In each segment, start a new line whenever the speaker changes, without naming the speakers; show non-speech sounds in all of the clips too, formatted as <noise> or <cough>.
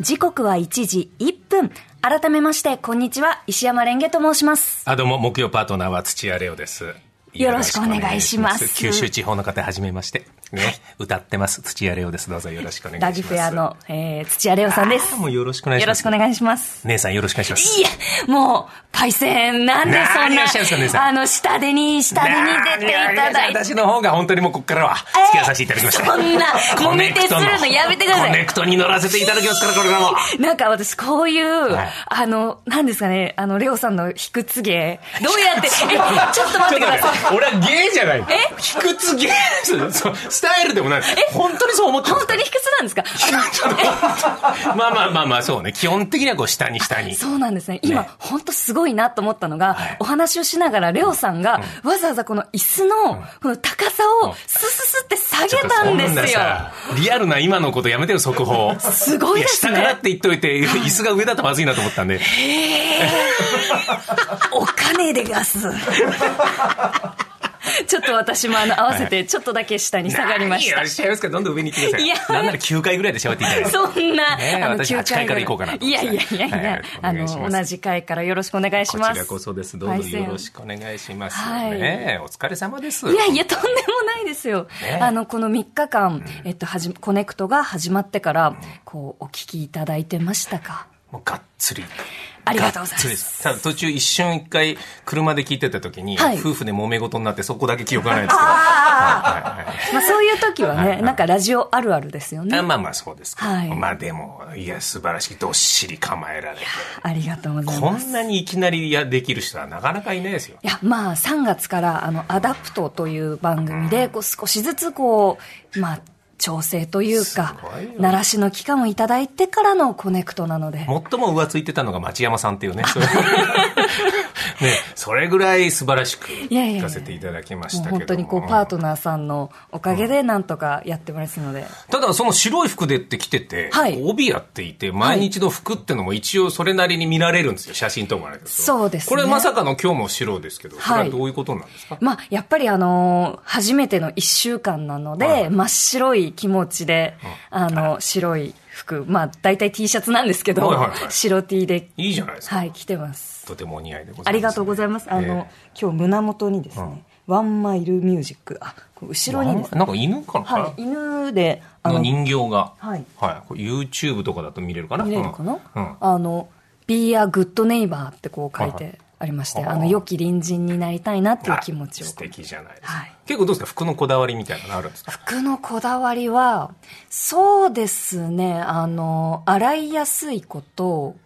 時刻は1時1分。改めまして、こんにちは。石山レンゲと申します。
あ、どうも、木曜パートナーは土屋レオです。
よろしくお願いします。
九州地方の方、はじめまして。ね、歌ってます。土屋レオです。どうぞよろしくお願いします。ラ
ギフェアの、えー、土屋レオさんです。
もうよろしくお願いします。
よろしくお願いします。
姉さんよろしくお願いします。
いや、もう、パイセン、なんでそんな、あの、下手に、下手に出ていただいて。
私の方が本当にもうここからは、付き合わさせていただきました。
そんな、揉めてするのやめてくださ
い。コネクトに乗らせていただきますから、これからも。
なんか私、こういう、あの、なんですかね、あの、レオさんの卑屈芸、どうやって、え、ちょっと待ってください。
俺は芸じゃない。え卑屈芸スタイルでもないえ本当にそう思って
本当に卑屈なんですか
まあまあまあまあ、そうね。基本的にはこう、下に下に。
そうなんですね。今、ね、本当すごいなと思ったのが、はい、お話をしながら、レオさんが、うん、わざわざこの椅子の、この高さを、スススって下げたんですよ。
リアルな今のことやめてよ、速報。
すごいですね。
下からって言っといて、椅子が上だとまずいなと思ったん
へ
で。
え。お金でガス。 <laughs> ちょっと私もあの合わせてちょっとだけ下に下がりました。
いらっしゃいますかどんどん上に行ってください。いや、なんなら9回ぐらいで喋っていただいて。
そんな、
ね、あの9回から行こうかな。
いやいやいやいや、あの同じ回からよろしくお願いします。こ
ちらこそです。どうぞよろしくお願いします。はい、ね、お疲れ様です。
いやいやとんでもないですよ。あのこの3日間、えっとはじコネクトが始まってからこうお聞きいただいてましたか。
もうがっつり。
ありがとうございます。
ただ途中一瞬一回車で聞いてた時に、夫婦で揉め事になってそこだけ記憶がないんですけど。
まあそういう時はね、なんかラジオあるあるですよね。
まあまあそうですか。まあでも、いや素晴らしい。どっしり構えられて。。
ありがとうございます
こんなにいきなりやできる人はなかなかいないですよ。
いや、まあ3月からあの、アダプトという番組で、こう少しずつこう、まあ、調整というか、鳴らしの期間をいただいてからのコネクトなので。
最も浮ついてたのが町山さんっていうね。 <laughs> ね、それぐらい素晴らしく聞かせていただきましたけど
本当にこうパートナーさんのおかげでなんとかやってますので、うん、
ただその白い服でって来てて、はい、帯やっていて毎日の服ってのも一応それなりに見られるんですよ写真とかあれです
そうです、ね、
これまさかの今日も白ですけど、はい、それはどういうことなんですか、
まあ、やっぱりあの初めての1週間なので、はい、真っ白い気持ちで、あの白い服、まあ、大体 T シャツなんですけど、白 T で。
いいじゃないですか。
はい、着てます。
とてもお似合いでございます、
ありがとうございます。あの、今日胸元にですね、ワンマイルミュージック、あ、後ろにですね。
なんか犬かな
はい、犬で、
あの、人形が。
はい。
はい。YouTube とかだと見れるかな
見れるかな、あの、Be a good neighbor ってこう書いて。ありましてあの良き隣人になりたいなっていう気持ちを
素敵じゃないですか、はい、結構どうですか服のこだわりみたいなのあるんですか
服のこだわりはそうですねあの洗いやすいこと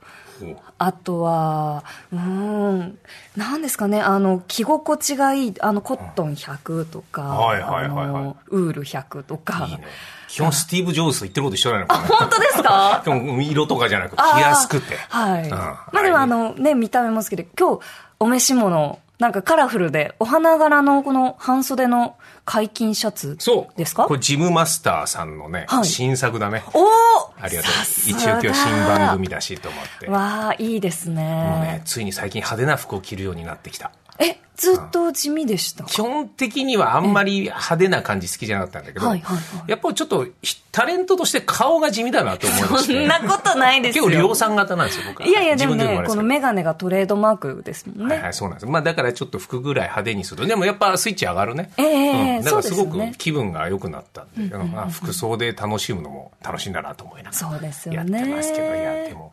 あとは、うん、なんですかね、あの、着心地がいい、あの、コットン100とか、
はいはいはい、はい、
ウール100とか。
いいね、基本スティーブ・ジョーズと言ってること一緒なの
か、ね、あ、 <laughs> 本当ですか
色とかじゃなく着やすくて。
はい。うん、まあでもあの、ね、見た目も好きで、今日、お召し物、なんかカラフルで、お花柄のこの半袖の解禁シャツですか
これジムマスターさんのね、はい、新作だね。
おお
ありがとう一応今日新番組だしと思って。
わあ、いいですね。も
うね、ついに最近派手な服を着るようになってきた。
え、ずっと地味でした、うん、
基本的にはあんまり派手な感じ好きじゃなかったんだけど、やっぱりちょっとタレントとして顔が地味だなと思いま
してそんなことないです
よ結構量産型なんですよ僕
はいやいやでもねこの眼鏡がトレードマークですもんね
はい、はい、そうなんです、まあ、だからちょっと服ぐらい派手にするとでもやっぱスイッチ上がるね
ええ
ーうん、だからすごく気分が良くなったんで、うん、ね、服装で楽しむのも楽しいんだなと思いながら
そうですよ
ねやってますけどいやでも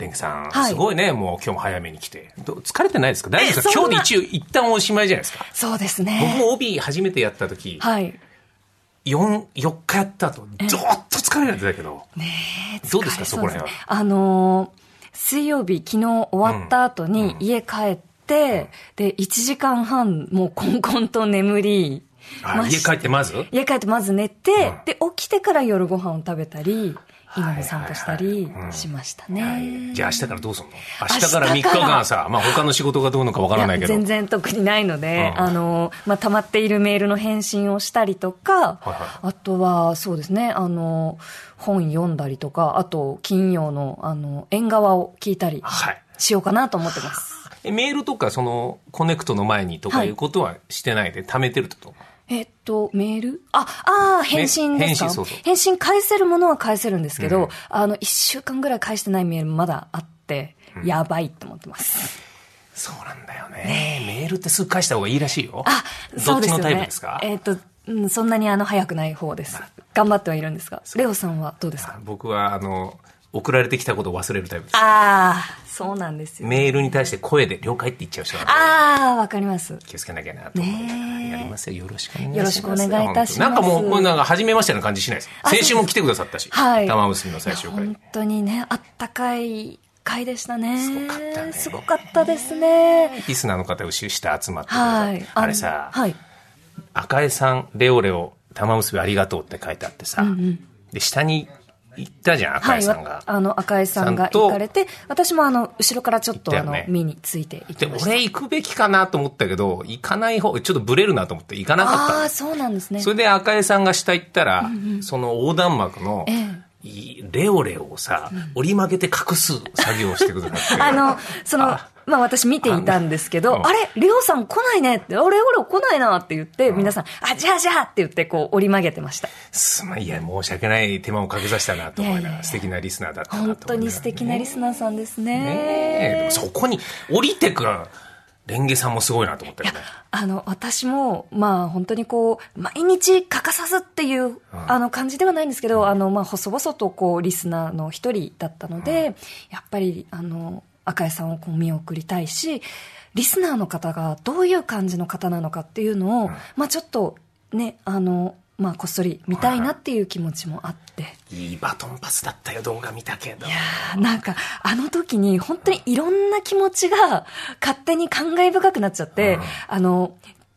レンさん、はい、すごいね、もう今日も早めに来て。疲れてないですか大丈夫ですか今日で一応一旦おしまいじゃないですか。
そうですね。
僕も帯初めてやった時、
はい、
4、4日やった後、どーっと疲れてたけど。
ね
どうですかそこら辺は。
あのー、水曜日、昨日終わった後に家帰って、うんうん、で、1時間半、もうこんこんと眠り、
あ家帰ってまず
家帰ってまず寝て、で、起きてから夜ご飯を食べたり、犬の散歩したりしましたね。
じゃあ明日からどうするの明日から3日間さ、まあ他の仕事がどうのかわからないけど。
全然特にないので、あの、まあ溜まっているメールの返信をしたりとか、あとはそうですね、あの、本読んだりとか、あと金曜のあの、縁側を聞いたりしようかなと思ってます。
えメールとかそのコネクトの前にとかいうことはしてないで、貯めてるってこと
えっと、メールあ、ああ、返信ですか返信返せるものは返せるんですけど、うん、あの、一週間ぐらい返してないメールまだあって、うん、やばいと思ってます。
そうなんだよね。ねメールってすぐ返した方がいいらしいよ。
あ、そうです
ね。どっちのタイプですか
えっと、うん、そんなにあの、早くない方です。頑張ってはいるんですが。レオさんはどうですか
僕は、あの、送られてきたことを忘れるタイプです。
ああ、そうなんですよ、
ね、メールに対して声で了解って言っちゃう人
ああ、わかります。
気をつけなきゃなと思って、ね、やりますよ。よろしくお願いします。
よろしくお願いいたします。
なんかもう、これなんか初めましてな感じしないです。先週も来てくださったし。はい。玉結びの最終回。
本当にね、あったかい回でしたね。
すごかったね。
すごかったですね。
リスナーの方、後ろ下集まってください。はい、あれさ、
はい、
赤江さん、レオレオ、玉結びありがとうって書いてあってさ、うんうん、で、下に行ったじゃん、赤井さんが。はい、
あの、赤井さんが行かれて、私もあの、後ろからちょっと、ね、あの、見について行ってま
俺行くべきかなと思ったけど、行かない方、ちょっとブレるなと思って行かなかった。
ああ、そうなんですね。
それで赤井さんが下行ったら、うんうん、その横断幕の、ええレオレオをさ、折り曲げて隠す作業をしてくださ
<laughs> って。あ
<laughs>
の、その、まあ私見ていたんですけど、あれ、レオさん来ないねって、あれ、レオ来ないなって言って、皆さん、あ、じゃあじゃあって言って、こう折り曲げてました。
すまん、いや、申し訳ない手間をかけさせたなと思いながら、素敵なリスナーだったな
本当に素敵なリスナーさんですね。
ねそこに降りてくる。レンゲさんもすごいなと思ったよね。
あの、私も、まあ本当にこう、毎日欠かさずっていう、うん、あの感じではないんですけど、うん、あの、まあ細々とこう、リスナーの一人だったので、うん、やっぱり、あの、赤江さんをこう見送りたいし、リスナーの方がどういう感じの方なのかっていうのを、まあちょっと、ね、あの、まあ、こっそり見たいなっていう気持ちもあって。
いいバトンパスだったよ、動画見たけど。
いやなんか、あの時に本当にいろんな気持ちが勝手に感慨深くなっちゃって、うん、あの、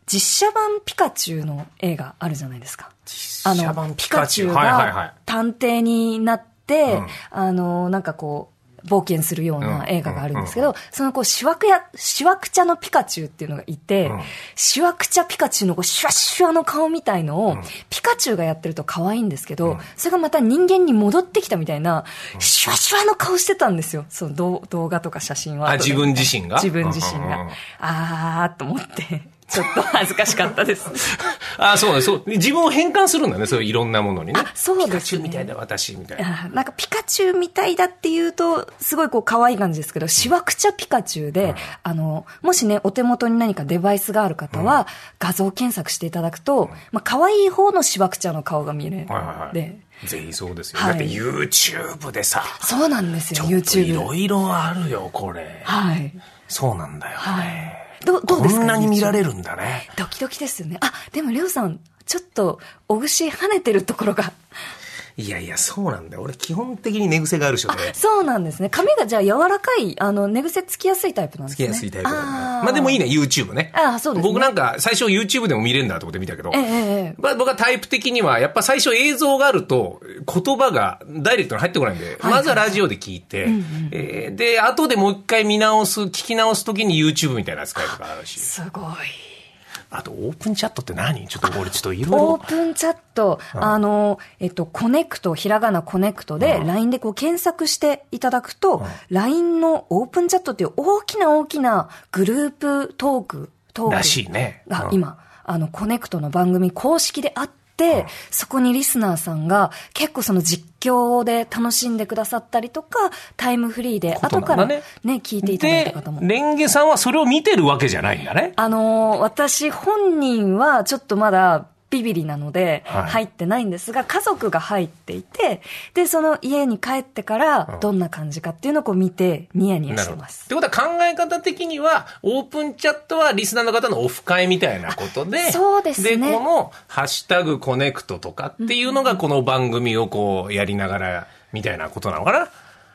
実写版ピカチュウの映画あるじゃないですか。
実写版
ピカチュウが探偵になって、あの、なんかこう、冒険するような映画があるんですけど、そのこう、しわくや、しわくちゃのピカチュウっていうのがいて、うん、しわくちゃピカチュウのこう、シュワシュワの顔みたいのを、うん、ピカチュウがやってると可愛いんですけど、うん、それがまた人間に戻ってきたみたいな、シュワシュワの顔してたんですよ。その動動画とか写真は。
あ、自分自身が
自分自身が。あーと思って。ちょっと恥ずかしかったです。 <laughs>
あそうね、そう。自分を変換するんだね、そういういろんなものにね。、
あ、そうです
ね。ピカチュウみたいな私みたいな。
なんかピカチュウみたいだっていうと、すごいこう可愛い感じですけど、しわくちゃピカチュウで、うん、あの、もしね、お手元に何かデバイスがある方は、うん、画像検索していただくと、うん、まあ可愛い方のしわくちゃの顔が見れる。
はいはいぜひそうですよ、はい、だって YouTube でさ
そうなんですよ YouTube
いろいろあるよこれ
はい
そうなんだよ、ね、はい
どどうです
か、ね、こんなに見られるんだね。
ドキドキですよね。あ、でも、りょうさん、ちょっと、お串跳ねてるとこ
<laughs>
ろが。
いやいや、そうなんだよ。俺、基本的に寝癖がある人で。
そうなんですね。髪がじゃあ柔らかい、あの、寝癖つきやすいタイプなんです
ね。つきやすいタイプなんだ。まあでもいいね、YouTube ね。
ああ、そうです、ね、
僕なんか、最初 YouTube でも見れるんだと思って見たけど。ええまあ、僕はタイプ的には、やっぱ最初映像があると、言葉がダイレクトに入ってこないんで、まずはラジオで聞いて、うえー、で、後でもう一回見直す、聞き直すときに YouTube みたいな扱いとかあるし。
すごい。
あと、オープンチャットって何ちょっと俺、ちょっといろい
ろ。オープンチャット、うん、あの、えっと、コネクト、ひらがなコネクトで、LINE でこう検索していただくと、うん、LINE のオープンチャットっていう大きな大きなグループトーク、トーク。
らしいね。
が、うん、今、あの、コネクトの番組公式であって、そこにリスナーさんが結構その実況で楽しんでくださったりとか、タイムフリーで、後からね、ね聞いていただいた方も。
レンゲさんはそれを見てるわけじゃないんだね。
あのー、私本人はちょっとまだ、ビビリなので、入ってないんですが、はい、家族が入っていて、で、その家に帰ってから、どんな感じかっていうのをこう見て、ニヤニヤしてます。
ってことは考え方的には、オープンチャットはリスナーの方のオフ会みたいなことで、
そうですね。
で、この、ハッシュタグコネクトとかっていうのが、この番組をこう、やりながら、みたいなことなのかな、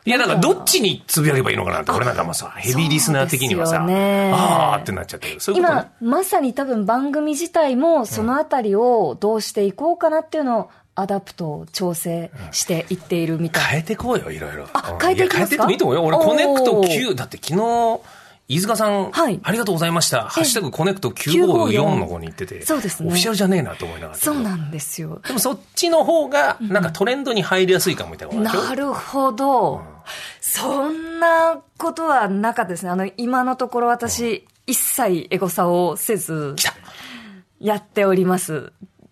いや、なんかどっちにつぶやけばいいのかなって、俺なんかもさ、ヘビーリスナー的にはさ、
そうですよね
あーってなっちゃってる。そういうこと
今、まさに多分番組自体もそのあたりをどうしていこうかなっていうのをアダプト、調整していっているみたい。
変えてこうよ、いろいろ。
あ
うん
変えていきますか
や変えてもいいと思うよ。俺、
おー
コネクト9、だって昨日、飯塚さん、
はい
ありがとうございました。ハッシュタグコネクト954の方に行ってて、
そうですね
オフィシャルじゃねえなと思いながら。
そうなんですよ。
でもそっちの方が、なんかトレンドに入りやすいかもみたいなことでしょ
なるほど。そんなことはなかったですね。あの、今のところ私、一切エゴサをせず、やっております。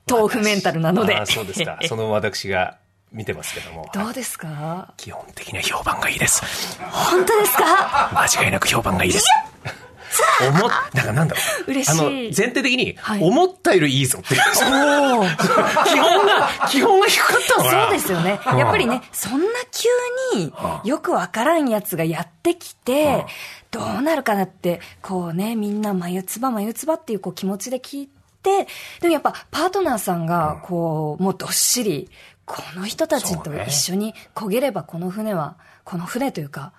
豆腐メンタルなので。
あーそうですか。その私が見てますけども。
<laughs> どうですか
基本的には評判がいいです。
本当ですか
間違いなく評判がいいです。思っ、なんかなんだろう。
嬉しい
あの、前提的に
は、い
思ったよりいいぞっていう。基本が、 <laughs> 基本が低かったのかな
そうですよね。やっぱりね、そんな急によくわからんやつがやってきて、どうなるかなって、こうね、みんな眉唾眉唾っていうこう気持ちで聞いて、でもやっぱパートナーさんが、こう、もうどっしり、この人たち
そ
と
うね
一緒に焦げればこの船は、この船というか、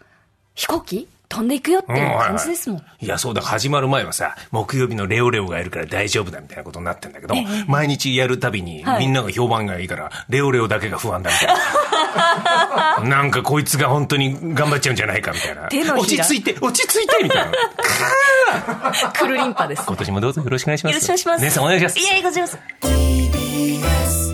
飛行機飛んでいくよっていう感じですもん。
いや、そうだ、始まる前はさ、木曜日のレオレオがいるから大丈夫だみたいなことになってんだけど、毎日やるたびに、
はい
みんなが評判がいいから、レオレオだけが不安だみた
<laughs>
いな。なんかこいつが本当に頑張っちゃうんじゃないかみたいな
手。の
落
ひ
ち
ら
着いて、落ち着いてみたいな。
クルリンパです。よ <laughs>
今年もどうぞよろしくお願いします。
ろしくお願いします。
姉さんお願いします。
いえ、こちらこそ。
TBS